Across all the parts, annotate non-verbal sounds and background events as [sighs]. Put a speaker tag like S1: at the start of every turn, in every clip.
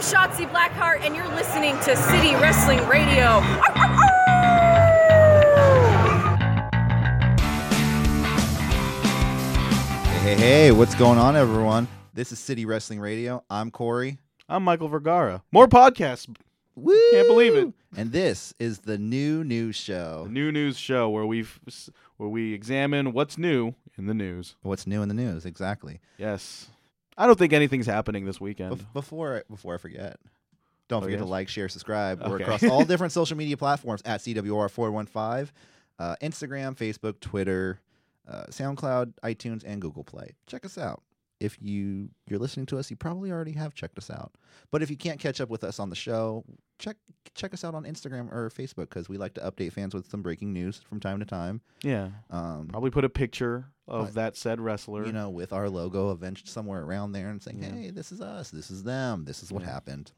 S1: Shotzi Blackheart, and you're listening to City Wrestling Radio.
S2: Hey, hey, hey, what's going on, everyone? This is City Wrestling Radio. I'm Corey.
S3: I'm Michael Vergara. More podcasts.
S2: Woo!
S3: Can't believe it.
S2: And this is the new news
S3: The
S2: show.
S3: new news show where we where we examine what's new in the news.
S2: What's new in the news? Exactly.
S3: Yes. I don't think anything's happening this weekend.
S2: Bef- before I, before I forget, don't
S3: Oh,
S2: forget to
S3: yes?
S2: like, share, subscribe. We're
S3: Okay.
S2: across
S3: [laughs]
S2: all different social media platforms at CWR415, uh, Instagram, Facebook, Twitter, uh, SoundCloud, iTunes, and Google Play. Check us out. If you you're listening to us, you probably already have checked us out. But if you can't catch up with us on the show, check check us out on Instagram or Facebook because we like to update fans with some breaking news from time to time.
S3: yeah.
S2: Um,
S3: Probably put a picture of
S2: But,
S3: that said wrestler.
S2: you know, with our logo avenged somewhere around there and saying,
S3: Yeah.
S2: "Hey, this is us. This is them. This is what
S3: Yeah.
S2: happened."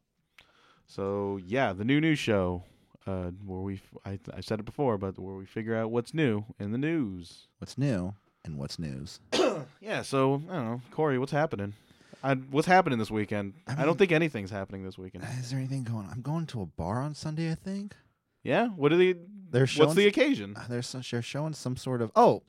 S3: So yeah, the new news show. Uh, where we f- I, I said it before, but where we figure out what's new in the news.
S2: what's new and what's news.
S3: Yeah. So I don't know, Corey, what's happening? I, what's happening this weekend?
S2: I
S3: I,
S2: mean-
S3: don't think anything's happening this [laughs] weekend.
S2: Is there anything going? I'm going to a bar on Sunday. I think
S3: Yeah. What are the?
S2: they're showing.
S3: What's the occasion?
S2: uh, they're, so- they're showing some sort of. Oh,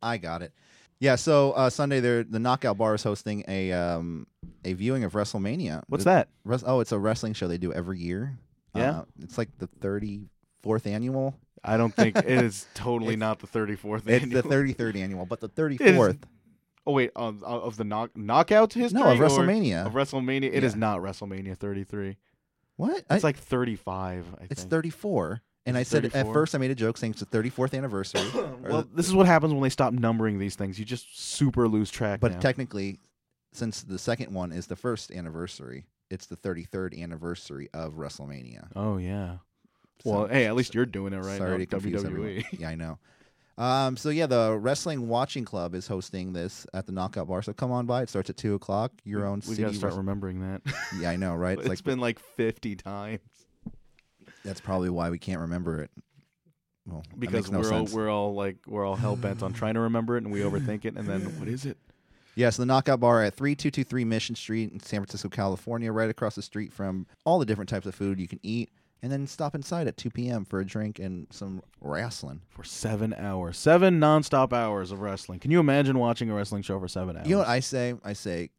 S2: I got it. Yeah. So uh, Sunday, they're the Knockout Bar is hosting a um a viewing of WrestleMania.
S3: What's
S2: The-
S3: that?
S2: Res- oh, it's a wrestling show they do every year.
S3: Yeah?
S2: Uh, it's like the thirty fourth
S3: [laughs]
S2: annual.
S3: I don't
S2: [laughs]
S3: think it is totally
S2: It's-
S3: not the 34th.
S2: It's the
S3: annual.
S2: thirty third annual, but the thirty
S3: It is
S2: fourth.
S3: Oh wait, of, of the knock, knockout history?
S2: No, of
S3: or-
S2: WrestleMania.
S3: Of WrestleMania, it is
S2: Yeah.
S3: not WrestleMania 33.
S2: what? I-
S3: It's like 35. I
S2: it's
S3: think.
S2: thirty four. And
S3: Is
S2: I
S3: it
S2: said at
S3: 34?
S2: first I made a joke saying it's the thirty fourth
S3: [coughs]
S2: anniversary. or
S3: Well,
S2: the-
S3: this is what happens when they stop numbering these things. You just super lose track.
S2: But
S3: now.
S2: technically, since the second one is the first anniversary, it's the 33rd anniversary of WrestleMania.
S3: oh yeah.
S2: So-
S3: Well, hey, at least you're doing it right
S2: Sorry
S3: now.
S2: to confuse
S3: WWE.
S2: everyone. Yeah, I know. Um, so yeah, the Wrestling Watching Club is hosting this at the Knockout Bar. So come on by. It starts at two o'clock. Your own
S3: [laughs] We
S2: city.
S3: gotta start
S2: wrest-
S3: remembering that.
S2: yeah, I know,
S3: [laughs]
S2: right? [laughs]
S3: It's
S2: It's like
S3: been like 50 times
S2: that's probably why we can't remember it. Well, that
S3: because
S2: makes no
S3: we're all,
S2: sense.
S3: we're all like we're all hell bent on trying to remember it and we overthink it and
S2: [sighs]
S3: then what is it?
S2: Yeah, so the Knockout Bar at 3223 Mission Street in San Francisco, California, right across the street from all the different types of food you can eat. And then stop inside at 2 p.m. for a drink and some wrestling.
S3: For seven hours, seven nonstop hours of wrestling. Can you imagine watching a wrestling show for seven hours?
S2: You know what I say? I say,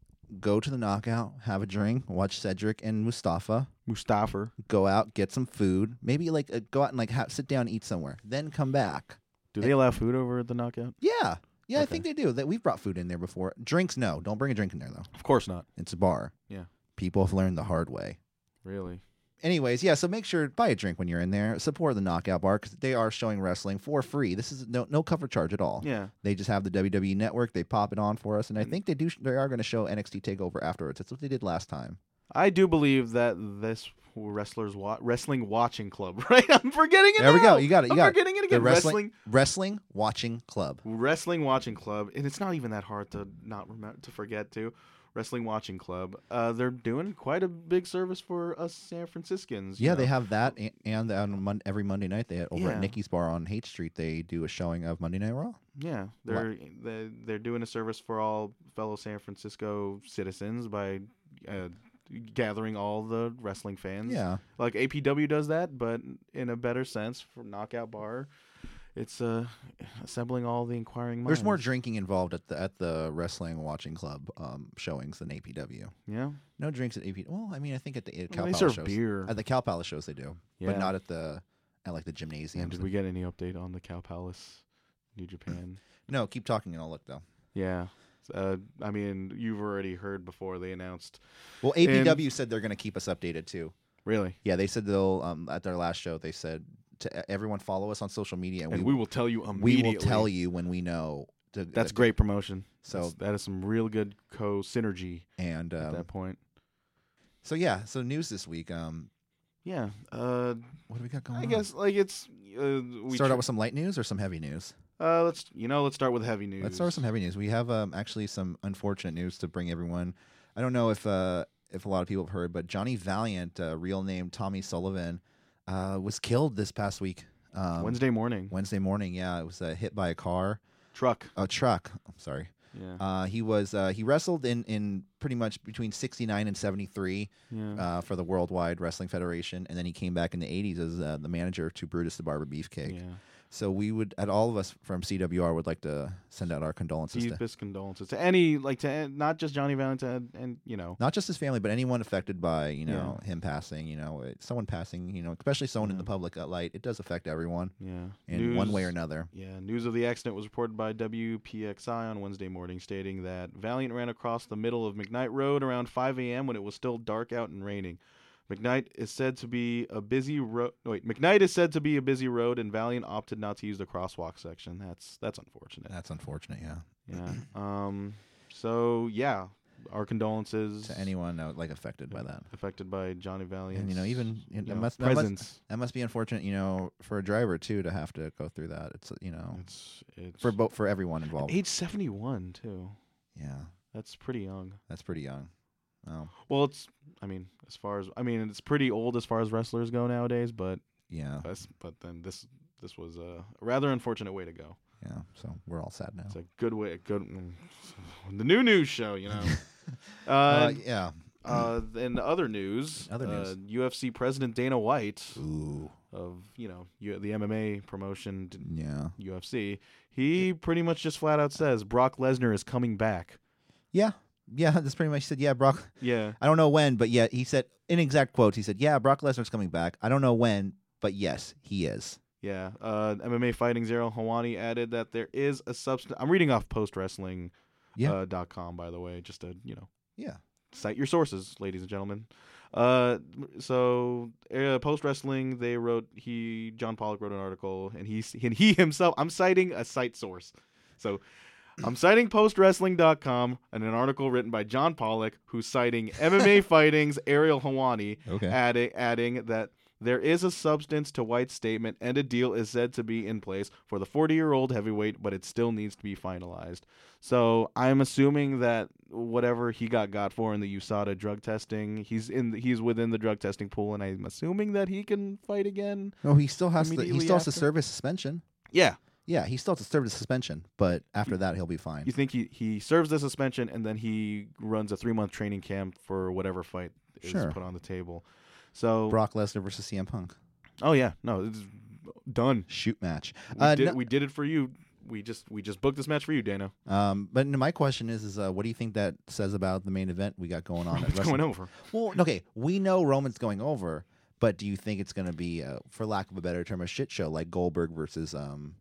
S2: go to the Knockout, have a drink, watch Cedric and Mustafa,
S3: Mustafa.
S2: go out, get some food, maybe like uh, go out and like ha- sit down, eat somewhere, then come back.
S3: Do
S2: Eh.
S3: they allow food over at the knockout?
S2: Yeah, yeah, I
S3: Okay.
S2: think they do. That we've brought food in there before. Drinks, no, don't bring a drink in there though.
S3: Of course not.
S2: It's a bar.
S3: Yeah.
S2: people have learned the hard way.
S3: Really?
S2: anyways, yeah. So make sure buy a drink when you're in there. Support the Knockout Bar because they are showing wrestling for free. This is no no cover charge at all.
S3: Yeah. Mm-hmm.
S2: They just have the WWE Network. They pop it on for us, and I think they do. They are going to show NXT Takeover afterwards. That's what they did last time.
S3: I do believe that this wrestlers wa- wrestling watching club. [laughs] Right? I'm forgetting it.
S2: There we go.
S3: now.
S2: You got it. You
S3: I'm
S2: got it.
S3: forgetting it
S2: The
S3: again.
S2: wrestling,
S3: Wrestling.
S2: wrestling watching club.
S3: Wrestling watching club, and it's not even that hard to not remember to forget to. Wrestling watching club. Uh, they're doing quite a big service for us San Franciscans. you
S2: Yeah, they
S3: know.
S2: have that, and, and on Mon- every Monday night they over at
S3: Yeah.
S2: Nikki's Bar on H Street they do a showing of Monday Night Raw.
S3: Yeah, they're they, they're doing a service for all fellow San Francisco citizens by uh, gathering all the wrestling fans.
S2: Yeah,
S3: like APW does that, but in a better sense for Knockout Bar. It's uh, assembling all the inquiring minds.
S2: there's more drinking involved at the at the wrestling watching club um, showings than APW.
S3: Yeah,
S2: No drinks at APW. Well, I mean, I think at the at Cow
S3: Well, they
S2: Palace
S3: serve
S2: shows.
S3: beer.
S2: At the Cow Palace shows, they do,
S3: yeah.
S2: but not at the at like the gymnasium.
S3: And did we get any update on the Cow Palace,
S2: [laughs]
S3: New Japan?
S2: No, keep talking and I'll look though.
S3: yeah. Uh, I mean, you've already heard before they announced.
S2: Well,
S3: And-
S2: APW said they're going to keep us updated too.
S3: Really,
S2: Yeah, they said they'll um, at their last show they said to e- everyone follow us on social media
S3: and we, will tell you
S2: we
S3: immediately.
S2: will tell you when we know. To,
S3: That's
S2: uh,
S3: great promotion.
S2: So
S3: That's- that is some real good co synergy
S2: and
S3: at
S2: um,
S3: that point.
S2: so yeah, so news this week. Um,
S3: Yeah. Uh,
S2: what do we got going?
S3: I
S2: on?
S3: guess like it's. Uh, we
S2: Mm. start
S3: tr-
S2: out with some light news or some heavy news.
S3: Uh, let's you know let's start with heavy news.
S2: Let's start with some heavy news. We have um, actually some unfortunate news to bring everyone. I don't know if uh, if a lot of people have heard, but Johnny Valiant, uh, real name Tommy Sullivan, uh, was killed this past week. Um,
S3: Wednesday morning.
S2: Wednesday morning. Yeah, it was uh, hit by a car,
S3: Truck.
S2: a truck. I'm sorry.
S3: Yeah.
S2: Uh, he was uh, he wrestled in in pretty much between 69 and 73
S3: yeah.
S2: uh, for the Worldwide Wrestling Federation, and then he came back in the 80s as uh, the manager to Brutus the Barber Beefcake.
S3: yeah.
S2: So we would, at all of us from CWR, would like to send out our condolences to
S3: Deepest condolences to any, like to an- not just Johnny Valentine, and you know,
S2: not just his family, but anyone affected by you know him passing. You know, it- someone passing. You know, especially someone in
S3: Yeah.
S2: the public uh, light. It does affect everyone
S3: yeah,
S2: in one way or
S3: News-
S2: another.
S3: Yeah, news of the accident was reported by WPXI on Wednesday morning, stating that Valiant ran across the middle of McKnight Road around 5 a.m. when it was still dark out and raining. McKnight is said to be a busy road. Wait, McKnight is said to be a busy road, and Valiant opted not to use the crosswalk section. That's that's unfortunate.
S2: That's unfortunate. Yeah,
S3: yeah.
S2: [clears throat]
S3: Um. So yeah, our condolences
S2: to anyone uh, like affected by that.
S3: affected by Johnny Valiant.
S2: And you know, even you know, must, that must
S3: presence.
S2: that must be unfortunate. You know, for a driver too to have to go through that. It's uh, you know
S3: It's it's
S2: for both for everyone involved.
S3: age 71 too.
S2: Yeah,
S3: That's pretty young.
S2: that's pretty young. Oh
S3: Well, it's I mean, as far as I mean, it's pretty old as far as wrestlers go nowadays, but
S2: yeah,
S3: that's, but then this this was a rather unfortunate way to go.
S2: yeah. So we're all sad now.
S3: It's a good way, a good mm, the new news show,
S2: [laughs]
S3: you know. uh,
S2: Uh,
S3: uh,
S2: yeah.
S3: in other news,
S2: Other
S3: uh, UFC president Dana White
S2: Ooh.
S3: of you know U- the MMA promotion d-
S2: Yeah.
S3: UFC, he pretty much just flat out says Brock Lesnar is
S2: [laughs]
S3: coming back.
S2: Yeah. Yeah. That's pretty much said. Yeah, Brock.
S3: Yeah,
S2: I don't know when, but yeah, he said in exact quotes, he said, "Yeah, Brock Lesnar's coming back. I don't know when, but yes, he is."
S3: Yeah. Uh, MMA Fighting Zero Hawani added that there is a substance. I'm reading off post wrestling
S2: Yeah.
S3: uh, dot com, by the way, just to, you know,
S2: Yeah.
S3: cite your sources, ladies and gentlemen. Uh, so uh, post wrestling, they wrote he John Pollock wrote an article, and he and he himself. I'm citing a site source, so I'm citing postwrestling.com and an article written by John Pollock, who's citing MMA Fighting's Ariel Hawani,
S2: Okay.
S3: adding adding that there is a substance to White's statement and a deal is said to be in place for the 40-year-old heavyweight, but it still needs to be finalized. So I'm assuming that whatever he got got for in the USADA drug testing, he's in the, he's within the drug testing pool, and I'm assuming that he can fight again.
S2: No, he still has to. He
S3: Immediately
S2: still has to
S3: after?
S2: serve his suspension.
S3: Yeah,
S2: Yeah, he still has to serve his suspension, but after that, he'll be fine.
S3: you think he he serves the suspension and then he runs a three month training camp for whatever fight is
S2: Sure.
S3: put on the table. So
S2: Brock Lesnar versus CM Punk
S3: oh yeah, no, it's done.
S2: shoot match.
S3: We,
S2: Uh,
S3: did,
S2: no-
S3: we did it for you. We just we just booked this match for you, Dana.
S2: um, but no, my question is, is uh, what do you think that says about the main event we got going on?
S3: [laughs]
S2: at
S3: It's
S2: Wrestle-
S3: going over.
S2: Well, okay, we know Roman's going over, but do you think it's going to be, uh, for lack of a better term, a shit show like Goldberg versus um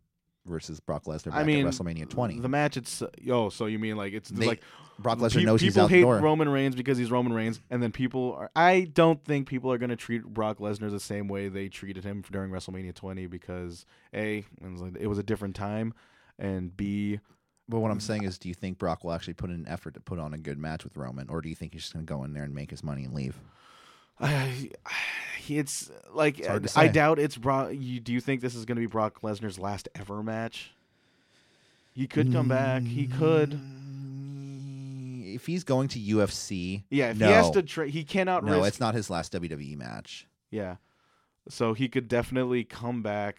S2: versus Brock Lesnar back
S3: I mean,
S2: at WrestleMania 20?
S3: The match, it's yo. So you mean like it's
S2: They-
S3: like
S2: Brock Lesnar
S3: Pe-
S2: knows he's
S3: people
S2: out the
S3: hate
S2: door.
S3: Roman Reigns because he's Roman Reigns, and then people are. I don't think people are going to treat Brock Lesnar the same way they treated him during WrestleMania 20 because a it was, like, it was a different time, and b [sighs]
S2: but what I'm saying is, do you think Brock will actually put in an effort to put on a good match with Roman, or do you think he's just going to go in there and make his money and leave?
S3: I- it's like
S2: hard to
S3: I
S2: say.
S3: doubt it's Brock. You, do you think this is going to be Brock Lesnar's last ever match? He could come back. He could.
S2: Mm, If he's going to UFC,
S3: Yeah, if
S2: no,
S3: he has to, tra- he cannot
S2: no,
S3: risk
S2: it's not his last WWE match.
S3: Yeah. So he could definitely come back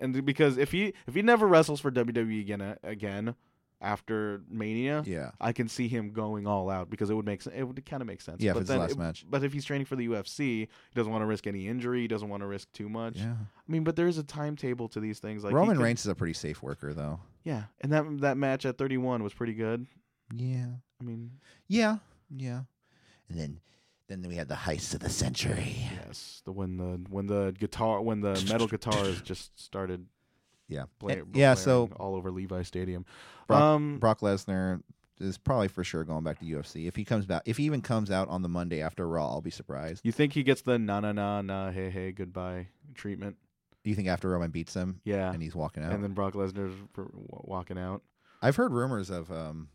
S3: and because if he if he never wrestles for WWE again uh, again after Mania,
S2: Yeah,
S3: I can see him going all out because it would make sen- it would kind of make sense.
S2: yeah, if
S3: but
S2: it's his
S3: then
S2: last
S3: it-
S2: match.
S3: But if he's training for the UFC, he doesn't want to risk any injury, he doesn't want to risk too much.
S2: Yeah,
S3: I mean, but there is a timetable to these things like he
S2: Roman
S3: could-
S2: Reigns is a pretty safe worker, though.
S3: Yeah. And that that match at 31 was pretty good.
S2: Yeah.
S3: I mean,
S2: Yeah, yeah. And then, then we had the heist of the century.
S3: yes, the when the when the guitar when the metal guitars just started
S2: Yeah,
S3: Bla-
S2: And- Eh, yeah. So
S3: blaring all over Levi Stadium.
S2: Brock-
S3: um,
S2: Brock Lesnar is probably for sure going back to UFC if he comes back. If he even comes out on the Monday after Raw, I'll be surprised.
S3: you think he gets the na na na na hey hey goodbye treatment?
S2: Do you think after Roman beats him
S3: Yeah,
S2: and he's walking out?
S3: and then Brock Lesnar's r- wa- walking out.
S2: I've heard rumors of um,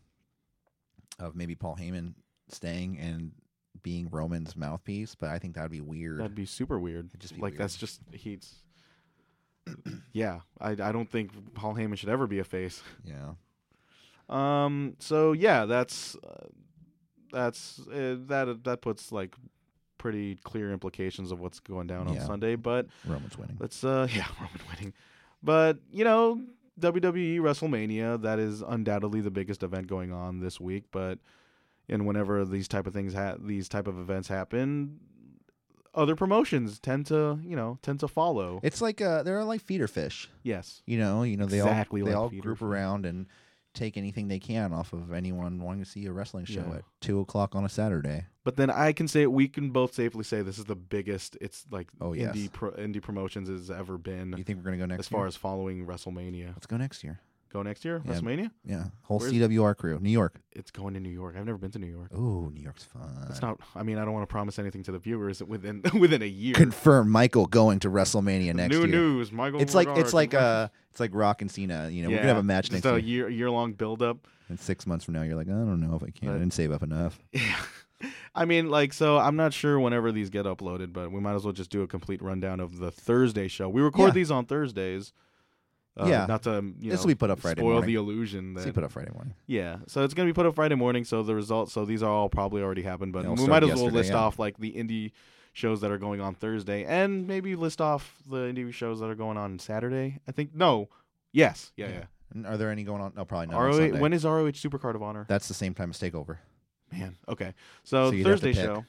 S2: of maybe Paul Heyman staying and being Roman's mouthpiece, but I think that'd be weird.
S3: That'd be super weird.
S2: It'd just be
S3: like
S2: weird.
S3: that's just he's. [clears throat] yeah, I I don't think Paul Heyman should ever be a face.
S2: yeah.
S3: Um. So yeah, that's uh, that's uh, that that puts like pretty clear implications of what's going down on
S2: Yeah.
S3: Sunday, but. [laughs]
S2: Roman's winning.
S3: Let's uh yeah, Roman winning. But, you know, WWE WrestleMania. That is undoubtedly the biggest event going on this week. But and whenever these type of things ha- these type of events happen, other promotions tend to you know tend to follow.
S2: It's like uh, they're like feeder fish.
S3: yes,
S2: You know, you know they
S3: Exactly
S2: all they
S3: like
S2: all
S3: feeder
S2: group
S3: fish.
S2: around and take anything they can off of anyone wanting to see a wrestling show
S3: Yeah.
S2: at two o'clock on a Saturday.
S3: but then I can say we can both safely say this is the biggest. It's like
S2: Oh, yes.
S3: indie pro- indie promotions has ever been
S2: You think we're gonna go next?
S3: as far
S2: year?
S3: as following WrestleMania.
S2: let's go next year.
S3: Go next year,
S2: Yeah.
S3: WrestleMania.
S2: Yeah, whole
S3: Where's-
S2: CWR crew, New York.
S3: It's going to New York. I've never been to New York.
S2: Oh, New York's fun.
S3: It's not. I mean, I don't want to promise anything to the viewers within [laughs] within a year.
S2: Confirm Michael going to WrestleMania next
S3: New
S2: year.
S3: news, Michael.
S2: It's like it's
S3: Regard-
S2: like uh it's like Rock and Cena. You know, we're gonna have
S3: Yeah,
S2: a match next
S3: Just a
S2: year.
S3: year year long build [laughs] up.
S2: And six months from now, you're like, I don't know if I can. I
S3: But-
S2: didn't save up
S3: [laughs]
S2: enough.
S3: I mean, like, so I'm not sure whenever these get uploaded, but we might as well just do a complete rundown of the Thursday show. We record
S2: Yeah.
S3: these on Thursdays. Uh,
S2: Yeah.
S3: Not to you know,
S2: This will be put up Friday
S3: spoil
S2: morning.
S3: the illusion
S2: This
S3: that
S2: will be put up Friday morning.
S3: Yeah, so it's gonna be put up Friday morning. So the results, so these are all probably already happened, but
S2: They all
S3: we might
S2: started
S3: as well
S2: yesterday,
S3: list
S2: yeah.
S3: off like the indie shows that are going on Thursday, and maybe list off the indie shows that are going on Saturday. I think no, yes, yeah,
S2: Yeah.
S3: yeah.
S2: And Are there any going on? No, probably not. on
S3: ROH,
S2: Sunday.
S3: when is ROH Supercard of Honor?
S2: That's the same time as Takeover.
S3: Man, okay. So,
S2: So you'd have to
S3: Thursday
S2: pick.
S3: show.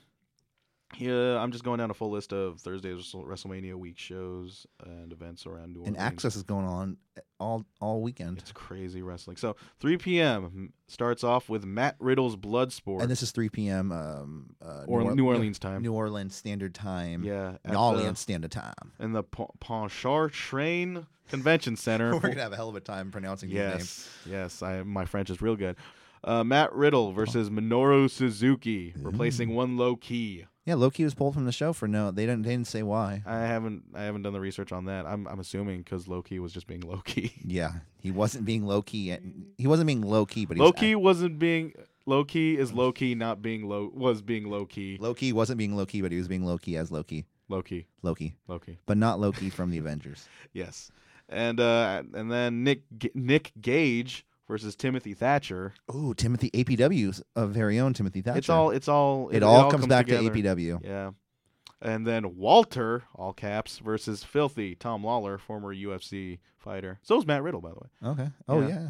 S3: Yeah, I'm just going down a full list of Thursday's WrestleMania week shows and events around New Orleans.
S2: And Access is going on eh, all all weekend.
S3: It's crazy wrestling. So 3 p.m. starts off with Matt Riddle's Bloodsport
S2: And this is 3 p.m. Um, uh,
S3: or
S2: Or-
S3: New Orleans time.
S2: New Orleans Standard Time.
S3: yeah, at
S2: New Orleans Standard Time. [laughs]
S3: the, in the Pa- Ponchar Train Convention
S2: [laughs]
S3: Center.
S2: We're gonna have a hell of a time pronouncing these names.
S3: yes, yes. I my French is real good. Uh, Matt Riddle versus Minoru Suzuki,
S2: Mm.
S3: replacing one low key.
S2: Yeah, Loki was pulled from the show for no. They didn't. They didn't say why.
S3: I haven't I haven't done the research on that. I'm I'm assuming because Loki was just
S2: [laughs]
S3: being Loki.
S2: Yeah, he wasn't being low key. and- He wasn't being low key, but he
S3: Loki wasn't being Loki
S2: Mm.
S3: is Loki not being low was being Loki.
S2: Was, Loki wasn't being low key, but he was being low key as Loki.
S3: Loki
S2: Loki,
S3: Loki.
S2: but not Loki from the Avengers.
S3: Yes. And uh and then Nick G- Nick Gage versus Timothy Thatcher.
S2: Oh, Timothy APW's uh, very own Timothy Thatcher.
S3: It's all it's all
S2: It, all, comes, back
S3: together.
S2: to APW.
S3: Yeah. And then Walter, all caps, versus Filthy Tom Lawler, former UFC fighter. So is Matt Riddle, by the way.
S2: Okay. Oh
S3: Yeah.
S2: yeah.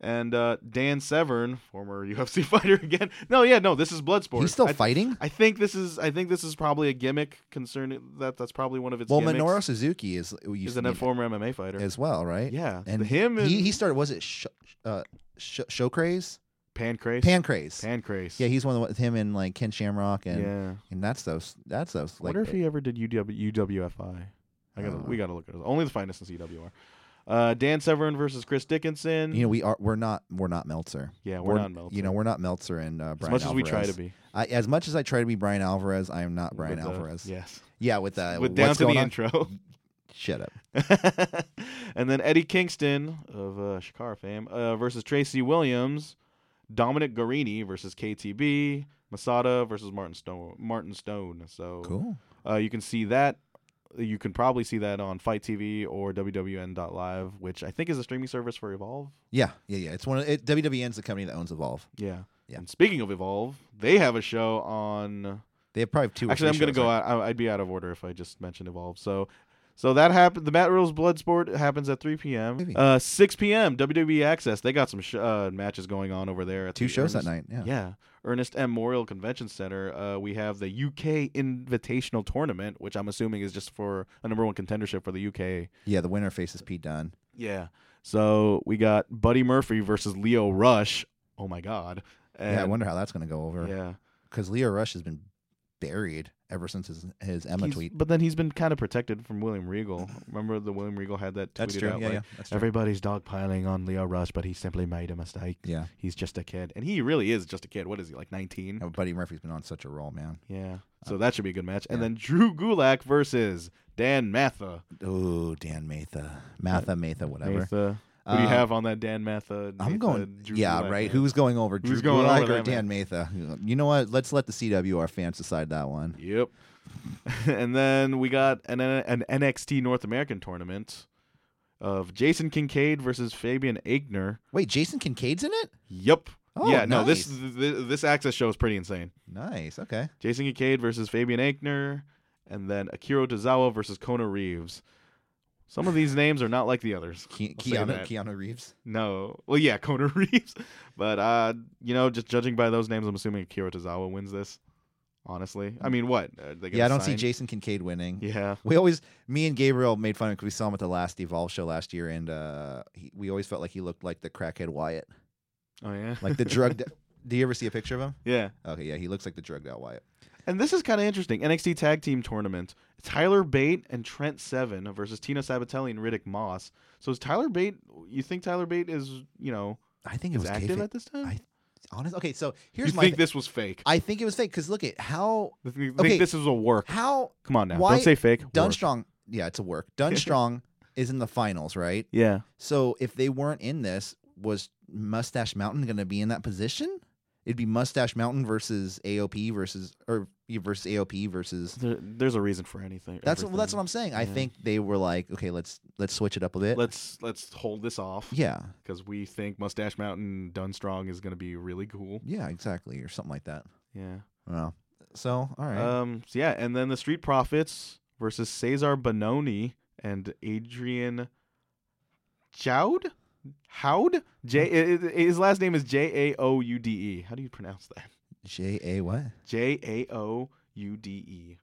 S3: And uh, Dan Severn, former [laughs] UFC fighter again. No, yeah, no, this is Bloodsport.
S2: He's still
S3: I-
S2: fighting.
S3: I think this is I think this is probably a gimmick concerning that that's probably one of its
S2: Well,
S3: gimmicks.
S2: Minoru Suzuki is
S3: is
S2: used to
S3: an
S2: be
S3: former MMA fighter.
S2: as well, right?
S3: yeah,
S2: And
S3: him and
S2: he, he started. Was it sh- uh, sh- show craze?
S3: Pancrase.
S2: Pan craze.
S3: Pancrase.
S2: yeah, he's one with him and like Ken Shamrock and
S3: yeah.
S2: and that's those. That's those.
S3: I
S2: Like
S3: wonder if he ever did UW, UWFI. I gotta
S2: Uh.
S3: we gotta look at it. Only the finest in CWR. Uh, Dan Severn versus Chris Dickinson.
S2: you know we are we're not we're not Meltzer.
S3: yeah, we're, not Meltzer.
S2: You know we're not Meltzer and uh,
S3: as
S2: Brian.
S3: much as we try
S2: Alvarez.
S3: to be.
S2: I, as much as I try to be Brian Alvarez, I am not Brian
S3: With the-
S2: Alvarez. Yeah.
S3: yes.
S2: with uh,
S3: With
S2: what's
S3: down to the
S2: going on?
S3: intro.
S2: Shut up.
S3: [laughs] and then Eddie Kingston of uh, Shikara fame uh, versus Tracy Williams, Dominic Garini versus KTB, Masada versus Martin Stone. Martin Stone. So
S2: Cool.
S3: uh, you can see that. You can probably see that on Fight TV or WWN.live, which I think is a streaming service for Evolve.
S2: Yeah, yeah, yeah. It's one of it, WWN's the company that owns Evolve.
S3: Yeah.
S2: Yeah.
S3: And speaking of Evolve, they have a show on.
S2: They have probably two. Or
S3: Actually, I'm
S2: going
S3: gonna
S2: to
S3: go out. I- I'd be out of order if I just mentioned Evolve. So, so that happened. The Matt Riddle's Bloodsport happens at 3 p.m.
S2: Maybe.
S3: Uh, 6 p.m. WWE E Access. They got some sh- uh, matches going on over there. At
S2: Two
S3: the
S2: shows that
S3: Ernest-
S2: night. Yeah.
S3: Yeah. Ernest M. Memorial Convention Center. Uh, we have the UK Invitational Tournament, which I'm assuming is just for a number one contendership for the UK.
S2: Yeah, the winner faces Pete Dunne.
S3: Yeah. So we got Buddy Murphy versus Leo Rush. Oh my God.
S2: yeah, I
S3: And-
S2: wonder how that's going to go over
S3: Yeah.
S2: because Leo Rush has been buried ever since his his Emma
S3: He's-
S2: tweet.
S3: But then he's been kind of protected from William Regal. Remember the William Regal had that tweeted
S2: That's true.
S3: out
S2: Yeah,
S3: like,
S2: yeah, that's true.
S3: everybody's dogpiling on Leo Rush, but he simply made a mistake.
S2: yeah.
S3: He's just a kid, and he really is just a kid. What is he like, nineteen?
S2: No, Buddy Murphy's been on such a roll, man.
S3: Yeah. So that should be a good match. And
S2: Uh, yeah.
S3: then Drew Gulak versus Dan Matha.
S2: Oh, Dan Matha, Matha, Matha, whatever.
S3: Matha. Who do you
S2: Uh,
S3: have on that Dan Matha? Matha,
S2: I'm going.
S3: Drew
S2: yeah,
S3: Gulak
S2: right.
S3: match?
S2: Who's going over?
S3: Who's
S2: Drew
S3: going
S2: Gulak
S3: over
S2: or
S3: that
S2: Dan Matha? You know what? Let's let the CWR fans decide that one.
S3: Yep. [laughs] and then we got an an NXT North American tournament of Jason Kincaid versus Fabian Aichner.
S2: Wait, Jason Kincaid's in it?
S3: Yep.
S2: Oh,
S3: yeah, no, this,
S2: nice.
S3: this this access show is pretty insane.
S2: Nice. Okay.
S3: Jason Kincaid versus Fabian Aichner, and then Akira Tozawa versus Kona Reeves. Some of these names are not like the others.
S2: Ke-
S3: I'll say
S2: Keanu,
S3: that.
S2: Keanu Reeves.
S3: No. Well, yeah, [laughs] Conor Reeves. But uh, you know, just judging by those names, I'm assuming Akira Tozawa wins this. Honestly, I mean, what? Are they gonna
S2: Yeah, I don't see
S3: sign-
S2: Jason Kincaid winning.
S3: Yeah,
S2: We always, me and Gabriel made fun of him because we saw him at the last Evolve show last year, and uh, he, we always felt like he looked like the crackhead Wyatt,
S3: oh yeah,
S2: like the drugged. [laughs] Do you ever see a picture of him?
S3: [laughs] yeah.
S2: Okay, yeah, he looks like the drugged out Wyatt.
S3: And this is kind of interesting. NXT Tag Team Tournament: Tyler Bate and Trent Seven versus Tina Sabatelli and Riddick Moss. So is Tyler Bate? You think Tyler Bate is you know
S2: I think it
S3: is
S2: was
S3: active
S2: kayfabe.
S3: at this time?
S2: I- honest. Okay, so
S3: you
S2: here's my.
S3: think
S2: thi-
S3: this was fake?
S2: I think it was fake because look at how
S3: You think
S2: Okay.
S3: this is a work?
S2: how
S3: Come on now,
S2: Why-
S3: don't say fake. Work.
S2: Dunstrong. Yeah, it's a work.
S3: [laughs]
S2: Dunstrong is in the finals, right?
S3: Yeah.
S2: So if they weren't in this, was Mustache Mountain going to be in that position? It'd be Mustache Mountain versus AOP versus or yeah, versus AOP versus.
S3: There, there's a reason for anything.
S2: That's well, that's
S3: everything.
S2: what I'm saying. I
S3: Yeah.
S2: think they were like, okay, let's let's switch it up a bit.
S3: Let's let's hold this off.
S2: yeah,
S3: because we think Mustache Mountain Dunstrong is going to be really cool.
S2: yeah, exactly, or something like that.
S3: Yeah.
S2: Well, so all right,
S3: Um. So yeah, and then the Street Profits versus Cesar Bononi and Adrian Chowd. Howd? J.
S2: Hmm.
S3: i- i- His last name is J A O U D E. How do you pronounce that?
S2: J A
S3: [laughs]
S2: what?
S3: J A O U D E.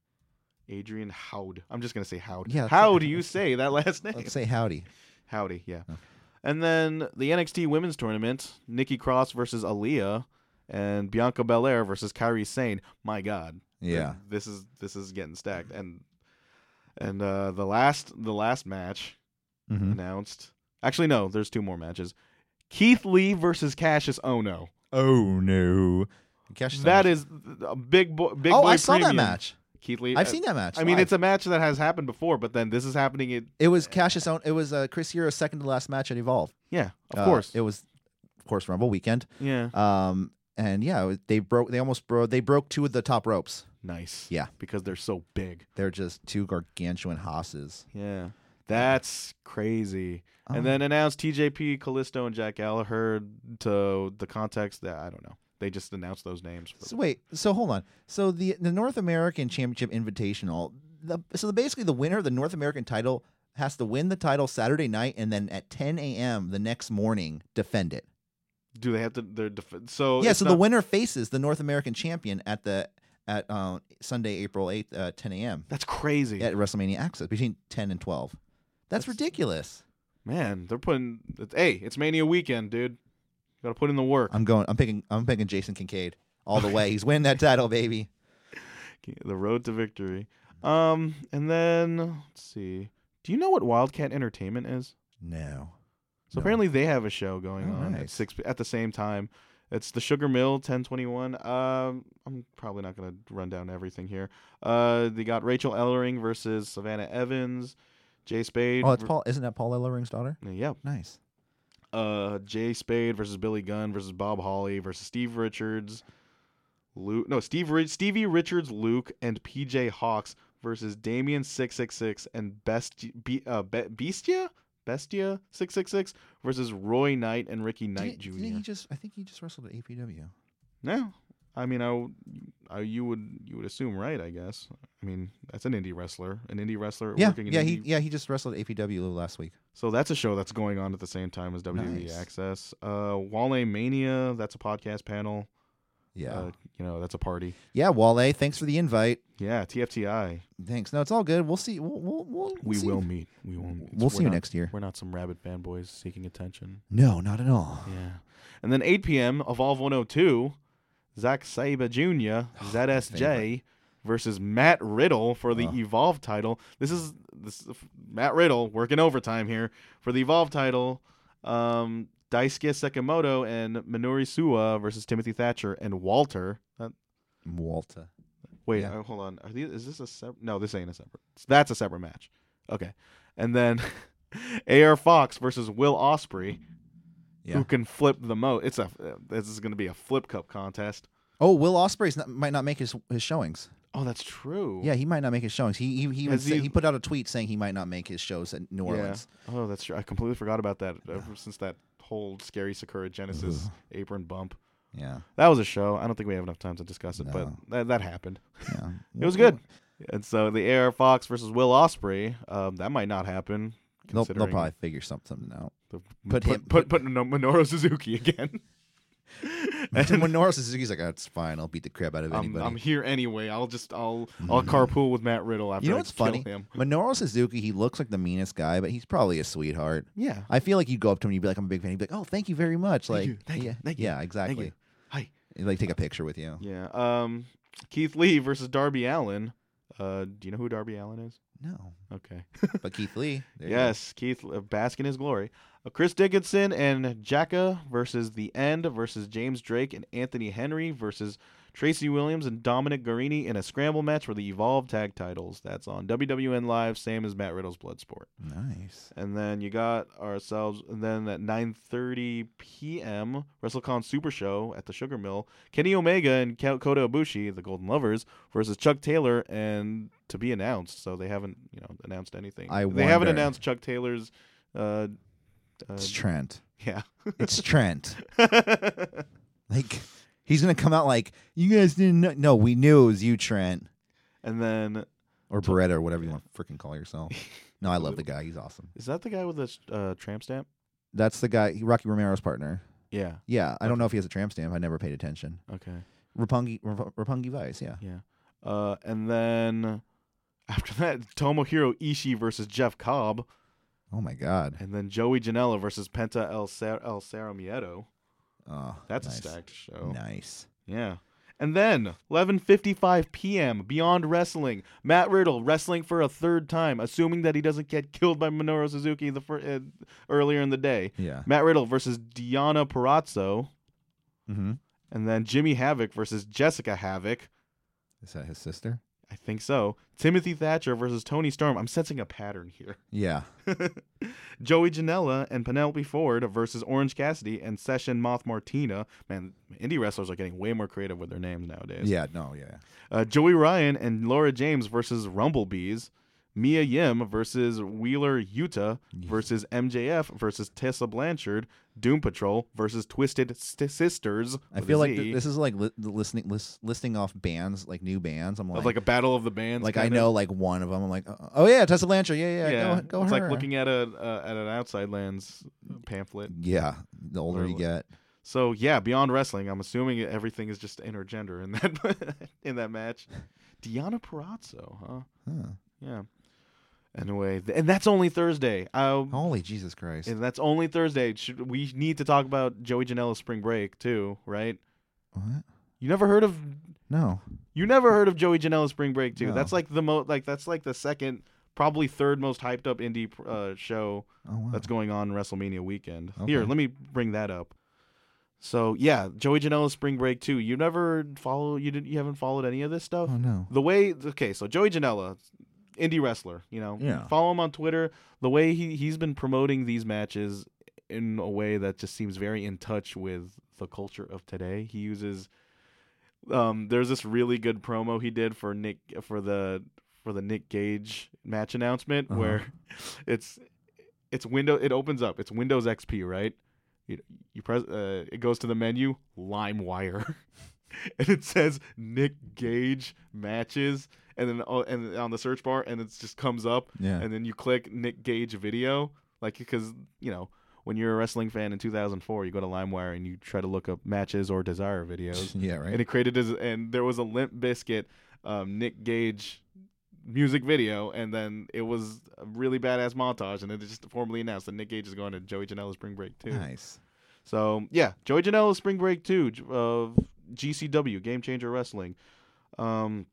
S3: Adrian Howd. I'm just gonna say Howd.
S2: Yeah, that's
S3: How
S2: it.
S3: do you say that last name?
S2: Let's say howdy.
S3: [laughs] Howdy, yeah.
S2: Okay.
S3: And then the NXT Women's Tournament: Nikki Cross versus Aaliyah, and Bianca Belair versus Kyrie Sane. My God,
S2: Yeah,
S3: Like, this is this is getting stacked. And and uh, the last the last match
S2: hmm
S3: announced. Actually, no, there's two more matches. Keith Lee versus Cassius Ono.
S2: Oh no, Cash
S3: That is a big boy. Big
S2: oh,
S3: boy
S2: I saw that
S3: premium.
S2: match.
S3: Keith Lee.
S2: I've
S3: uh,
S2: seen that match.
S3: I mean,
S2: live.
S3: it's a match that has happened before, but then this is happening. It
S2: it was Cash's own. It was uh, Chris Hero's second to last match at Evolve.
S3: yeah, of
S2: Uh,
S3: course.
S2: it was, of course, Rumble weekend.
S3: yeah.
S2: Um, and yeah, it was- they broke. They almost broke. They broke two of the top ropes.
S3: Nice.
S2: Yeah.
S3: Because they're so big.
S2: They're just two gargantuan hosses.
S3: Yeah. That's crazy.
S2: Oh.
S3: And then announced TJP, Callisto, and Jack Gallagher to the context that I don't know. They just announced those names. for-
S2: So wait, so hold on. So the the North American Championship Invitational. The, so basically, the winner of the North American title has to win the title Saturday night, and then at 10 a.m. the next morning defend it.
S3: Do they have to? They're def- so
S2: yeah,
S3: it's
S2: so
S3: not-
S2: the winner faces the North American champion at the at uh, Sunday, April eighth, uh, ten a.m.
S3: that's crazy.
S2: at WrestleMania Access between ten and twelve. That's,
S3: That's-
S2: ridiculous.
S3: Man, they're putting. it's- Hey, it's Mania weekend, dude. Got to put in the work.
S2: I'm going. I'm picking. I'm picking Jason Kincaid all the way. He's winning that title, baby.
S3: The road to victory. Um, and then let's see. Do you know what Wildcat Entertainment is?
S2: No.
S3: So
S2: No.
S3: apparently they have a show going
S2: Oh,
S3: on at
S2: nice.
S3: six at the same time. It's the Sugar Mill 1021. Um, I'm probably not gonna run down everything here. Uh, they got Rachel Ellering versus Savannah Evans, Jay Spade.
S2: Oh, it's
S3: ver-
S2: Paul. Isn't that Paul Ellering's daughter?
S3: Yeah.
S2: Nice.
S3: Uh, Jay Spade versus Billy Gunn versus Bob Holly versus Steve Richards, Luke. No, Steve Ri- Stevie Richards, Luke, and PJ Hawks versus Damien 666 and Best Be- uh, Be- Bestia. Bestia six six six versus Roy Knight and Ricky Knight
S2: Didn't-
S3: junior
S2: didn't he just. I think he just wrestled at APW.
S3: No, I mean, I, w- I- you would you would assume right, I guess. I mean, that's an indie wrestler, an indie wrestler
S2: Yeah.
S3: working. In
S2: Yeah. He.
S3: indie-
S2: Yeah. He just wrestled at APW last week.
S3: So that's a show that's going on at the same time as WWE
S2: Nice.
S3: Access. Uh, Wale Mania, that's a podcast panel.
S2: Yeah.
S3: Uh, you know, that's a party.
S2: yeah. Wale, thanks for the invite.
S3: Yeah, TFTI.
S2: Thanks. No, it's all good. We'll see. We'll. We'll. we'll
S3: We
S2: see.
S3: will meet. We won't. it's-
S2: We'll
S3: we're
S2: see you
S3: not-
S2: next year.
S3: We're not some rabid fanboys seeking attention.
S2: No, not at all.
S3: Yeah. And then 8 p.m. Evolve 102, Zack Sabre Jr. ZSJ versus Matt Riddle for the
S2: Oh.
S3: Evolve title. This is this is Matt Riddle working overtime here for the Evolve title. Um, Daisuke Sekimoto and Minoru Suwa versus Timothy Thatcher and Walter. That,
S2: Walter.
S3: wait,
S2: Yeah.
S3: uh, hold on. Are these, is this a separate? No, this ain't a separate. That's a separate match. Okay. And then [laughs] AR Fox versus Will Osprey
S2: Yeah.
S3: who can flip the most. It's a this is going to be a flip cup contest.
S2: Oh, Will Ospreay's not, might not make his his showings.
S3: Oh, that's true.
S2: Yeah, he might not make his showings. He he he, even
S3: Has
S2: said-
S3: he-
S2: he put out a tweet saying he might not make his shows at New Orleans.
S3: Oh, that's true. I completely forgot about that ever since that whole scary Sakura Genesis apron bump.
S2: Yeah,
S3: That was a show. I don't think we have enough time to discuss it, but
S2: No.
S3: that, that happened. [laughs]
S2: yeah.
S3: It was good. And so the AR Fox versus Will Osprey, um, that might not happen.
S2: They'll, they'll
S3: considering
S2: probably figure something out. [laughs]
S3: the-
S2: put
S3: put
S2: him-
S3: put, put, no Minoru
S2: [laughs]
S3: Suzuki again.
S2: And
S3: And
S2: when Nora Suzuki's like, oh, it's fine. I'll beat the crap out of
S3: I'm,
S2: anybody.
S3: I'm here anyway. I'll just
S2: [laughs]
S3: I'll I'll carpool with Matt Riddle after
S2: you know
S3: I
S2: what's
S3: kill
S2: funny?
S3: him.
S2: Minoru Suzuki, he looks like the meanest guy, but he's probably a sweetheart.
S3: Yeah.
S2: I feel like you'd go up to him and you'd be like, I'm a big fan. He'd be like, oh, thank you very much.
S3: Thank
S2: Like,
S3: you, thank you,
S2: yeah,
S3: thank you,
S2: yeah, exactly.
S3: you. Hi.
S2: He'd, like take a picture with you.
S3: Yeah. Um Keith Lee versus Darby Allen. Uh do you know who Darby Allen is?
S2: No.
S3: Okay.
S2: But Keith Lee. there you go.
S3: Yes, Keith uh, bask in his glory. Uh, Chris Dickinson and Jacka versus The End versus James Drake and Anthony Henry versus Tracy Williams and Dominic Garini in a scramble match for the Evolve Tag Titles. That's on WWN Live, same as Matt Riddle's Bloodsport.
S2: Nice.
S3: And then you got ourselves. And then at 9:30 p.m. WrestleCon Super Show at the Sugar Mill, Kenny Omega and Ko- Kota Ibushi, the Golden Lovers, versus Chuck Taylor and to be announced. So they haven't, you know, announced anything.
S2: I
S3: they haven't
S2: wonder.
S3: announced Chuck Taylor's. Uh, uh,
S2: It's Trent.
S3: yeah. [laughs]
S2: It's Trent. Like, he's going to come out like, you guys didn't know. No, we knew it was you, Trent.
S3: and then
S2: Or Beretta or whatever you want to freaking call
S3: [laughs]
S2: yourself. No, I love the guy. He's awesome.
S3: is that the guy with the uh, tramp stamp?
S2: That's the guy, Rocky Romero's partner.
S3: Yeah.
S2: Yeah, I don't know if he has a tramp stamp. I never paid attention.
S3: Okay.
S2: Rapungi, Rap- Rapungi Vice, yeah.
S3: Yeah. Uh, and then after that, Tomohiro Ishii versus Jeff Cobb.
S2: Oh my God.
S3: And then Joey Janela versus Penta El Cer- El Cerro Miedo.
S2: Oh,
S3: That's
S2: nice.
S3: a stacked show.
S2: Nice.
S3: Yeah. And then 11:55 p.m. Beyond Wrestling, Matt Riddle wrestling for a third time, assuming that he doesn't get killed by Minoru Suzuki the fir- uh, earlier in the day.
S2: Yeah.
S3: Matt Riddle versus Diana Perazzo,
S2: Mm-hmm.
S3: and then Jimmy Havoc versus Jessica Havoc.
S2: Is that his sister?
S3: I think so. Timothy Thatcher versus Tony Storm. I'm sensing a pattern here.
S2: Yeah.
S3: Joey Janela and Penelope Ford versus Orange Cassidy and Session Moth Martina. Man, indie wrestlers are getting way more creative with their names nowadays.
S2: Yeah. No. Yeah.
S3: Uh, Joey Ryan and Laura James versus Rumblebees. Mia Yim versus Wheeler Utah versus MJF versus Tessa Blanchard. Doom Patrol versus Twisted St- Sisters.
S2: I
S3: with a
S2: feel like
S3: Z.
S2: th- this is like li- the listening lis- listing off bands like new bands. I'm
S3: Of
S2: like,
S3: like a battle of the bands.
S2: like I
S3: kinda.
S2: know like one of them. I'm like, oh, oh, yeah, Tessa Blanchard. Yeah, yeah,
S3: Yeah,
S2: Go, go
S3: it's
S2: her.
S3: like looking at a uh, at an Outside Lands pamphlet.
S2: Yeah, the older
S3: Or
S2: you
S3: like-
S2: get,
S3: So yeah, beyond wrestling, I'm assuming everything is just intergender in that [laughs] in that match. Diana Perazzo, huh?
S2: huh.
S3: Yeah. Anyway, th- and that's only Thursday. Uh,
S2: holy Jesus Christ!
S3: and that's only Thursday. Should, we need to talk about Joey Janela's spring break too, right?
S2: What?
S3: You never heard of
S2: No,
S3: you never heard of Joey Janela's spring break too?
S2: No.
S3: That's like the mo like that's like the second, probably third most hyped up indie uh, show
S2: oh wow,
S3: that's going on WrestleMania weekend. Here,
S2: Okay.
S3: let me bring that up. So yeah, Joey Janela's Spring Break too. You never follow you didn't you haven't followed any of this stuff.
S2: oh no,
S3: The way okay, so Joey Janela, indie wrestler, you know,
S2: Yeah.
S3: follow him on Twitter. The way he he's been promoting these matches in a way that just seems very in touch with the culture of today. He uses um there's this really good promo he did for Nick for the for the Nick Gage match announcement
S2: Uh-huh.
S3: where [laughs] it's it's window it opens up. It's Windows XP, right? You, you press uh, it goes to the menu, LimeWire. [laughs] and it says Nick Gage matches and then oh, and on the search bar and it just comes up
S2: yeah,
S3: and then you click Nick Gage video, like because you know when you're a wrestling fan in 2004, you go to LimeWire and you try to look up matches or Desire videos,
S2: [laughs] yeah, right.
S3: and it created his, and there was a Limp Biscuit, um, Nick Gage music video, and then it was a really badass montage, and then it just formally announced that Nick Gage is going to Joey Janela's Spring Break too.
S2: nice.
S3: So yeah, Joey Janela Spring Break Two J- of GCW Game Changer Wrestling. Um,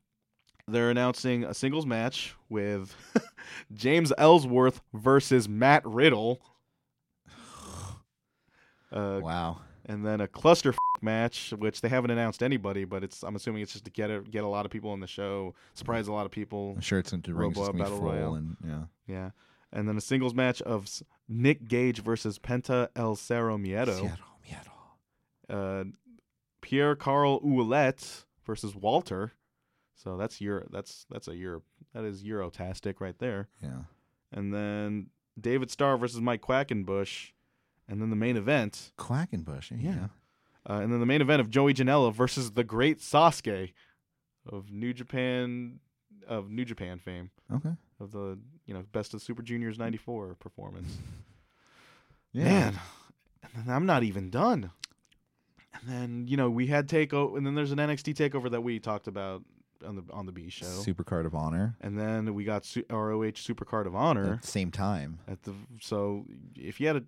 S3: they're announcing a singles match with [laughs] James Ellsworth versus Matt Riddle. Uh,
S2: Wow.
S3: and then a cluster match, which they haven't announced anybody, but it's I'm assuming it's just to get a, get a lot of people on the show, surprise a lot of people.
S2: I'm sure it's into rings just
S3: Robot
S2: gonna be
S3: Battle
S2: full
S3: Royale.
S2: and yeah.
S3: Yeah, and then a singles match of S- Nick Gage versus Penta El Cerro Miedo.
S2: Seattle, Seattle.
S3: uh, Pierre Carl Ouellette versus Walter. So that's Euro. That's that's a Europe. That is Eurotastic right there.
S2: Yeah.
S3: And then David Starr versus Mike Quackenbush, and then the main event.
S2: Quackenbush. Yeah.
S3: Yeah. Uh, and then the main event of Joey Janela versus the Great Sasuke of New Japan of New Japan fame
S2: Okay.
S3: of the you know best of Super Juniors '94 performance.
S2: Yeah.
S3: Man, and then I'm not even done. And then you know we had takeover, and then there's an NXT takeover that we talked about on the on the B show,
S2: Super Card of Honor.
S3: and then we got su- ROH Supercard of Honor
S2: At the same time.
S3: at the. So if you had a,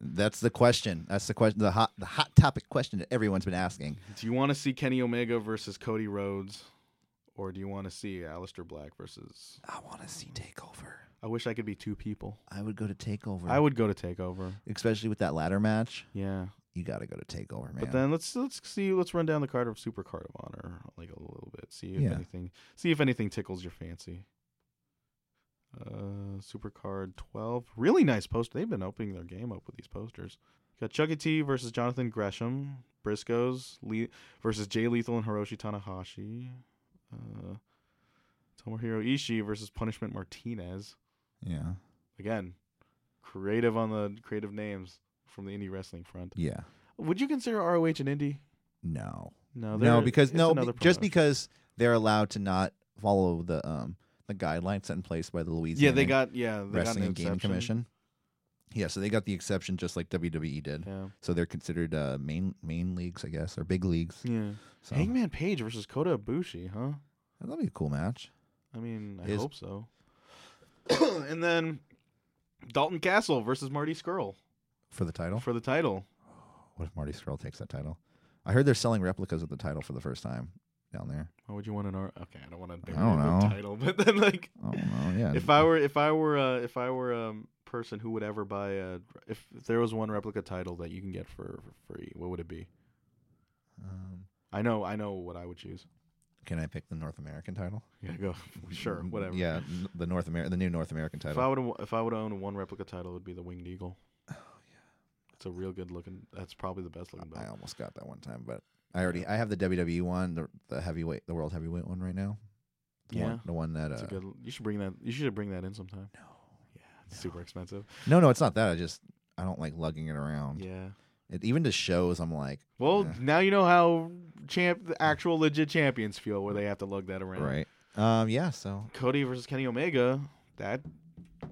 S2: That's the question. That's the question. The hot, the hot topic question that everyone's been asking.
S3: do you want to see Kenny Omega versus Cody Rhodes, or do you want to see Aleister Black versus?
S2: I want to see Takeover.
S3: I wish I could be two people.
S2: I would go to Takeover.
S3: I would go to Takeover.
S2: especially with that ladder match.
S3: Yeah.
S2: You got to go to Takeover, man.
S3: But then let's let's see let's run down the card of Super Card of Honor like a little bit. See if
S2: Yeah.
S3: anything see if anything tickles your fancy. Uh Super Card 12. Really nice post. They've been opening their game up with these posters. Got Chugga T versus Jonathan Gresham, Briscoes Le- versus Jay Lethal and Hiroshi Tanahashi. Uh Tomohiro Ishii versus Punishment Martinez.
S2: yeah,
S3: Again, creative on the creative names from the indie wrestling front.
S2: yeah.
S3: Would you consider ROH an indie?
S2: No, no,
S3: No, they're-
S2: because
S3: it's
S2: no,
S3: another
S2: be- just
S3: promotion.
S2: because they're allowed to not follow the um the guidelines set in place by the Louisiana
S3: yeah, they got yeah they got an
S2: Wrestling and Gaming
S3: exception.
S2: Commission. Yeah, so they got the exception just like WWE did.
S3: Yeah,
S2: So they're considered uh, main main leagues, I guess, or big leagues.
S3: yeah.
S2: So
S3: Hangman Page versus Kota Ibushi, huh?
S2: that'd be a cool match.
S3: I mean, I
S2: Is-
S3: hope so. [coughs] and then Dalton Castle versus Marty Skrull
S2: For the title,
S3: for the title.
S2: what if Marty Skrull takes that title? I heard they're selling replicas of the title for the first time down there.
S3: Why would you want an R? Okay, I don't want to bury
S2: don't
S3: the
S2: know.
S3: title, [laughs] but then like,
S2: Oh no, yeah.
S3: if I were if I were uh, if I were a um, person who would ever buy a if, if there was one replica title that you can get for, for free, what would it be?
S2: um,
S3: I know I know what I would choose.
S2: can I pick the North American title?
S3: Yeah, go [laughs] sure whatever.
S2: Yeah, n- the North Amer- the new North American
S3: If
S2: title.
S3: I would if I would own one replica title, it would be the Winged Eagle. It's a real good looking. That's probably the best looking
S2: Oh, I
S3: belt.
S2: almost got that one time, but I already I have the WWE one, the, the heavyweight, the world heavyweight one right now. The
S3: Yeah.
S2: one, the one that.
S3: It's
S2: Uh,
S3: a good. You should bring that. You should bring that in sometime.
S2: no,
S3: Yeah, it's super expensive.
S2: no, no, it's not that. I just I don't like lugging it around.
S3: Yeah.
S2: It, even to shows, I'm like,
S3: Well,
S2: Um, Yeah.
S3: now you know how champ the actual legit champions feel, where they have to lug that around.
S2: right? Um, yeah, so
S3: Cody versus Kenny Omega. That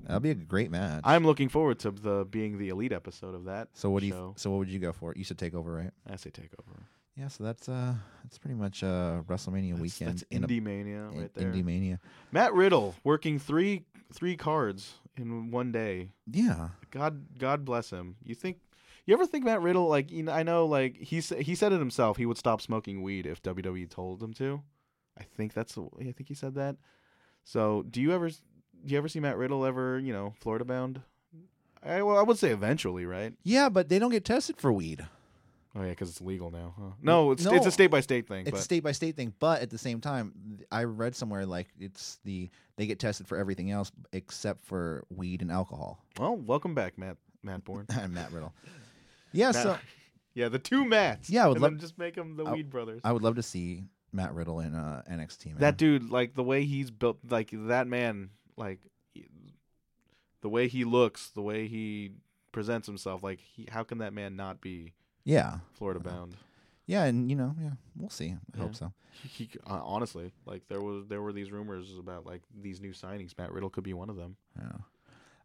S2: that'd be a great match.
S3: I'm looking forward to the being the elite episode of that.
S2: So what do you?
S3: show.
S2: So what would you go for? You should take over, right?
S3: I say takeover.
S2: Yeah. So that's uh, that's pretty much uh, WrestleMania
S3: That's,
S2: weekend.
S3: that's
S2: in a-
S3: Indie Mania
S2: in-
S3: right there.
S2: Indie Mania.
S3: Matt Riddle working three three cards in one day.
S2: Yeah.
S3: God, God bless him. You think, you ever think Matt Riddle? Like, you know, I know, like he sa- he said it himself. He would stop smoking weed if WWE told him to. I think that's. the- I think he said that. So, do you ever, do you ever see Matt Riddle ever, you know, Florida bound? I well, I would say eventually, right?
S2: Yeah, but they don't get tested for weed.
S3: Oh yeah, because it's legal now. Huh? No, it's it's
S2: no.
S3: a state by state thing.
S2: it's
S3: but
S2: a state by state thing but at the same time th- i read somewhere like it's the they get tested for everything else except for weed and alcohol [laughs]
S3: well, welcome back, Matt Matt Bourne.
S2: and matt riddle yeah
S3: Matt-
S2: so
S3: [laughs] yeah, the two Matts.
S2: Yeah, I would
S3: and
S2: love-
S3: then just make them the
S2: I-
S3: Weed Brothers.
S2: i would love to see matt riddle in uh, nxt man.
S3: That dude, like the way he's built, like that man, like he- the way he looks, the way he presents himself, like he, how can that man not be
S2: yeah
S3: Florida bound?
S2: yeah and you know yeah we'll see i
S3: Yeah.
S2: hope so
S3: He, he- uh, honestly, like there was there were these rumors about like these new signings. Matt Riddle could be one of them.
S2: yeah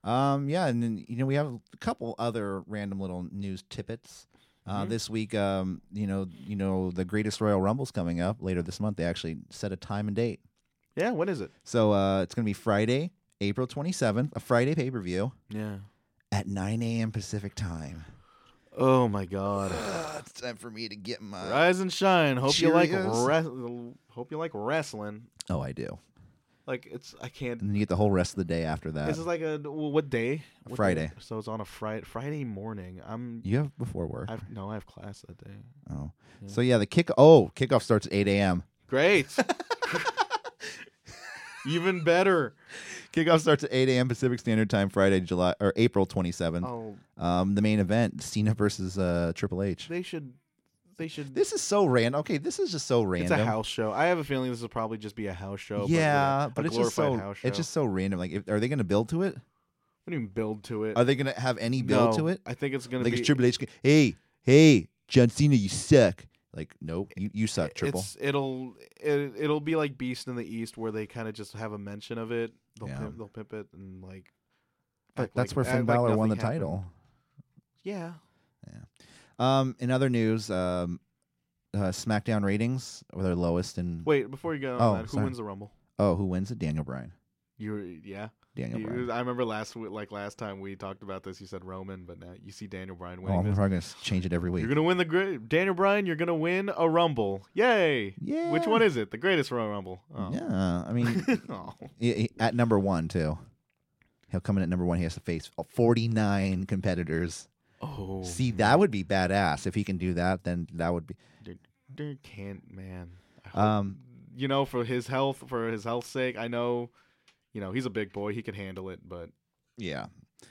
S2: um yeah and then you know we have a couple other random little news tippets uh,
S3: Mhm.
S2: This week, um, you know, you know, the greatest Royal Rumble's coming up later this month. They actually set a time and date.
S3: Yeah, what is it?
S2: So uh, it's going to be Friday, April 27th, a Friday pay per view
S3: Yeah.
S2: at 9 a.m. Pacific
S3: [sighs]
S2: time.
S3: Oh my God.
S2: Ugh, it's time for me to get my.
S3: Rise and shine. Hope you like
S2: Cheerios.
S3: re- hope you like wrestling.
S2: Oh, I do.
S3: Like it's I can't.
S2: And then you get the whole rest of the day after that.
S3: This is like a well, what day? What day?
S2: Friday.
S3: So it's on a Friday Friday morning. I'm
S2: you have before work.
S3: I've no, I have class that day.
S2: Oh, so yeah, the kick. Oh, kickoff starts at 8 a.m.
S3: Great.
S2: [laughs]
S3: Even better.
S2: Kickoff starts at 8 a.m. Pacific Standard Time, Friday, July or April 27th.
S3: Oh,
S2: Um, the main event: Cena versus uh, Triple H.
S3: they should. They should.
S2: This is so random. Okay, this is just so
S3: it's
S2: random.
S3: a house show. I have a feeling this will probably just be a house show.
S2: yeah,
S3: but,
S2: but
S3: with
S2: it's
S3: a- a
S2: just
S3: glorified
S2: so
S3: house show.
S2: it's just so random. Like, if, are they going to build to it?
S3: We didn't even build to it.
S2: Are they gonna have any build
S3: No,
S2: to it?
S3: I think it's gonna
S2: Like
S3: be.
S2: it's Triple H. Hey, hey, John Cena, you suck. Like, nope, you, you suck, Triple.
S3: It's, it'll it, it'll be like Beast in the East, where they kind of just have a mention of it. They'll
S2: Yeah.
S3: pimp, they'll pimp it and like.
S2: But
S3: act
S2: that's where
S3: like-
S2: Finn
S3: act like
S2: Balor won the
S3: nothing happened.
S2: title.
S3: Yeah.
S2: Um, in other news, um, uh, SmackDown ratings were their lowest in.
S3: Wait, before you go,
S2: Oh,
S3: on that, who
S2: sorry.
S3: wins the Rumble?
S2: Oh, who wins it? Daniel Bryan.
S3: You yeah.
S2: Daniel
S3: You-
S2: Bryan.
S3: I remember last w- like last time we talked about this. You said Roman, but now you see Daniel Bryan
S2: Oh,
S3: winning
S2: I'm
S3: this.
S2: probably gonna s- change it every week.
S3: You're gonna win the great Daniel Bryan. You're gonna win a Rumble. Yay!
S2: yeah.
S3: Which one is it? The greatest Royal Rumble. Oh.
S2: Yeah, I
S3: [laughs]
S2: mean,
S3: oh.
S2: i- i- at number one too. He'll come in at number one. He has to face 49 competitors.
S3: Oh.
S2: See, that would be badass if he can do that. Then that would be.
S3: There can't man. I hope-
S2: Um,
S3: you know, for his health, for his health's sake, I know, you know, he's a big boy. He can handle it, but
S2: yeah. Uh,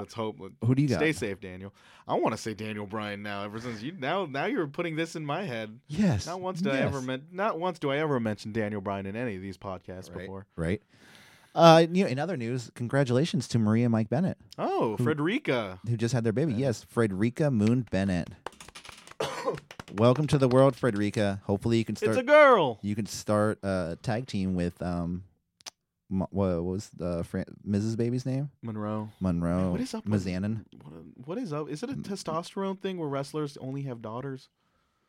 S3: let's hope. let-
S2: Who do you got?
S3: Stay safe, Daniel. I want to say Daniel Bryan now. Ever since you now, now you're putting this in my head.
S2: Yes.
S3: Not once did I ever
S2: yes.
S3: men- not once do I ever mention Daniel Bryan in any of these podcasts
S2: Right.
S3: before.
S2: Right. Uh, you know, in other news, congratulations to Maria and Mike Bennett,
S3: Oh, Frederica.
S2: who just had their baby.
S3: Yeah.
S2: Yes, Frederica Moon Bennett. Welcome to the world, Frederica. Hopefully, you can start.
S3: It's a girl.
S2: you can start a tag team with um, Mo- what was the Fran- Mrs. Baby's name?
S3: Monroe.
S2: Monroe.
S3: what is up with-
S2: Mazanin?
S3: What, what is up? Is it a
S2: Mm-hmm.
S3: testosterone thing where wrestlers only have daughters?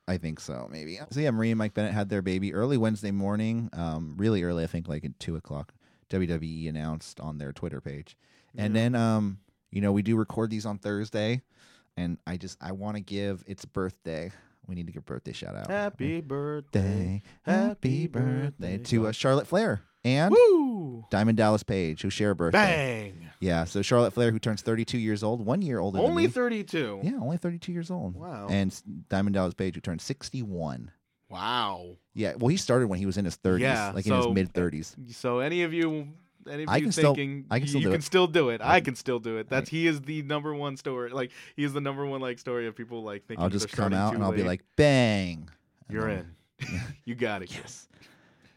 S2: I think so, maybe. So yeah, Maria and Mike Bennett had their baby early Wednesday morning, um, really early, I think, like at two o'clock. WWE announced on their Twitter page, and
S3: Yeah.
S2: then um, you know we do record these on Thursday, and I just I want to give its birthday. We need to give birthday shout out.
S3: Happy
S2: birthday,
S3: birthday.
S2: happy birthday to uh, Charlotte Flair and
S3: Woo!
S2: Diamond Dallas Page, who share a birthday.
S3: Bang!
S2: Yeah, so Charlotte Flair, who turns 32 years old, one year older than
S3: Only
S2: me.
S3: 32.
S2: yeah, only 32 years old.
S3: Wow.
S2: And s- Diamond Dallas Page, who turned 61.
S3: wow.
S2: Yeah, well, he started when he was in his 30s,
S3: Yeah,
S2: like in his
S3: so-
S2: mid 30s.
S3: So any of you, any of
S2: I
S3: you
S2: can still-
S3: thinking,
S2: I can still
S3: you
S2: do
S3: can
S2: it.
S3: still do it.
S2: I
S3: I can still do it. That's he is the number one story. Like he is the number one like story of people like thinking.
S2: I'll just
S3: they're
S2: come
S3: starting
S2: out
S3: too
S2: and I'll be
S3: late.
S2: like, bang. And
S3: "You're
S2: then- [laughs]
S3: in. you got it. Yes.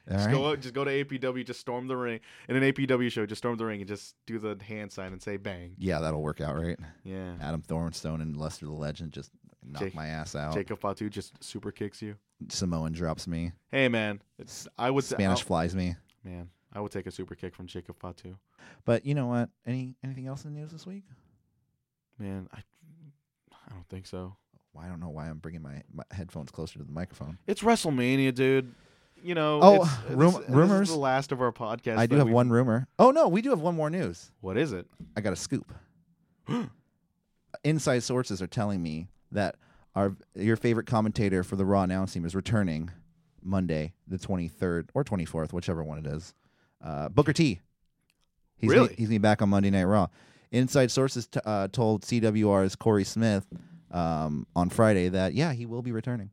S2: All
S3: Just
S2: right.
S3: go out. Just go to APW. Just storm the ring in an APW show. Just storm the ring and just do the hand sign and say bang.
S2: Yeah, that'll work out, right?
S3: Yeah.
S2: Adam Thornstone and Lester the Legend just knock
S3: Jake-
S2: my ass out.
S3: Jacob Fatu just super kicks you.
S2: Samoan drops me.
S3: Hey man, it's, I would
S2: Spanish
S3: I'll-
S2: flies me.
S3: man. I would take a super kick from Jacob Fatu.
S2: But you know what? Any anything else in the news this week?
S3: Man, I I don't think so.
S2: Well, I don't know why I'm bringing my, my headphones closer to the microphone.
S3: It's WrestleMania, dude. You know.
S2: Oh,
S3: it's- this-
S2: rum-
S3: this is
S2: rumors.
S3: the last of our podcast.
S2: I do
S3: that
S2: have
S3: we-
S2: one rumor. Oh no, we do have one more news.
S3: What is it?
S2: I got a
S3: [gasps]
S2: scoop. Inside sources are telling me that our your favorite commentator for the Raw announce team is returning Monday, the twenty third or twenty fourth, whichever one it is. Uh, Booker T. He's
S3: Really?
S2: gonna- he's gonna be back on Monday Night Raw. Inside sources t- uh, told CWR's Corey Smith um, on Friday that yeah he will be returning.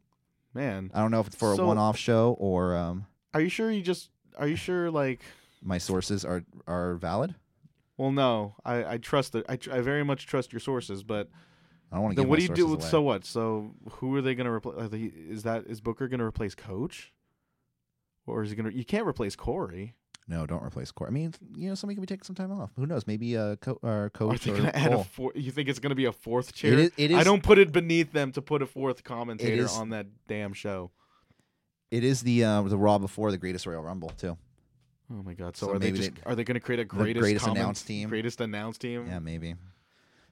S3: Man,
S2: I don't know if it's for a
S3: So-
S2: one off show or um,
S3: are you sure you just? Are you sure like?
S2: my sources are are valid.
S3: Well, no. I I trust the. I tr- I very much trust your sources, but
S2: I don't want to.
S3: then
S2: give
S3: what
S2: my
S3: do you do
S2: sources
S3: with
S2: away.
S3: so what? So who are they going to replace? Is that is Booker going to replace Coach? Or is he going to? You can't replace Corey.
S2: No, don't replace Corey. I mean, you know, somebody could be taking some time off. Who knows? Maybe a co- or
S3: Are
S2: coach
S3: they
S2: or
S3: going to add a
S2: Cole.
S3: four? You think it's going to be a fourth chair?
S2: It is, it
S3: I
S2: is-
S3: don't put it beneath them to put a fourth commentator
S2: is-
S3: on that damn show.
S2: It is the uh, the Raw before the Greatest Royal Rumble too.
S3: Oh my god! So,
S2: So
S3: are they
S2: maybe
S3: just
S2: they-
S3: are they going to create a greatest,
S2: greatest
S3: comment-
S2: announced team?
S3: Greatest announced team.
S2: Yeah, maybe.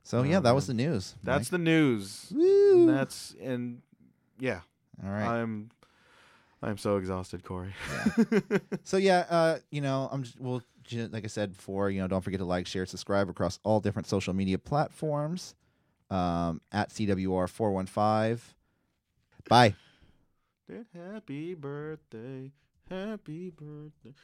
S2: So yeah, that was the news.
S3: Oh, That's the news.
S2: Mike. Woo!
S3: And that's and yeah,
S2: all right.
S3: I'm I'm so exhausted, Corey. [laughs]
S2: so yeah, uh, you know, I'm just, well, ju- like I said before, you know, don't forget to like, share, subscribe across all different social media platforms. Um, at CWR four one five. Bye.
S3: Happy birthday. Happy birthday.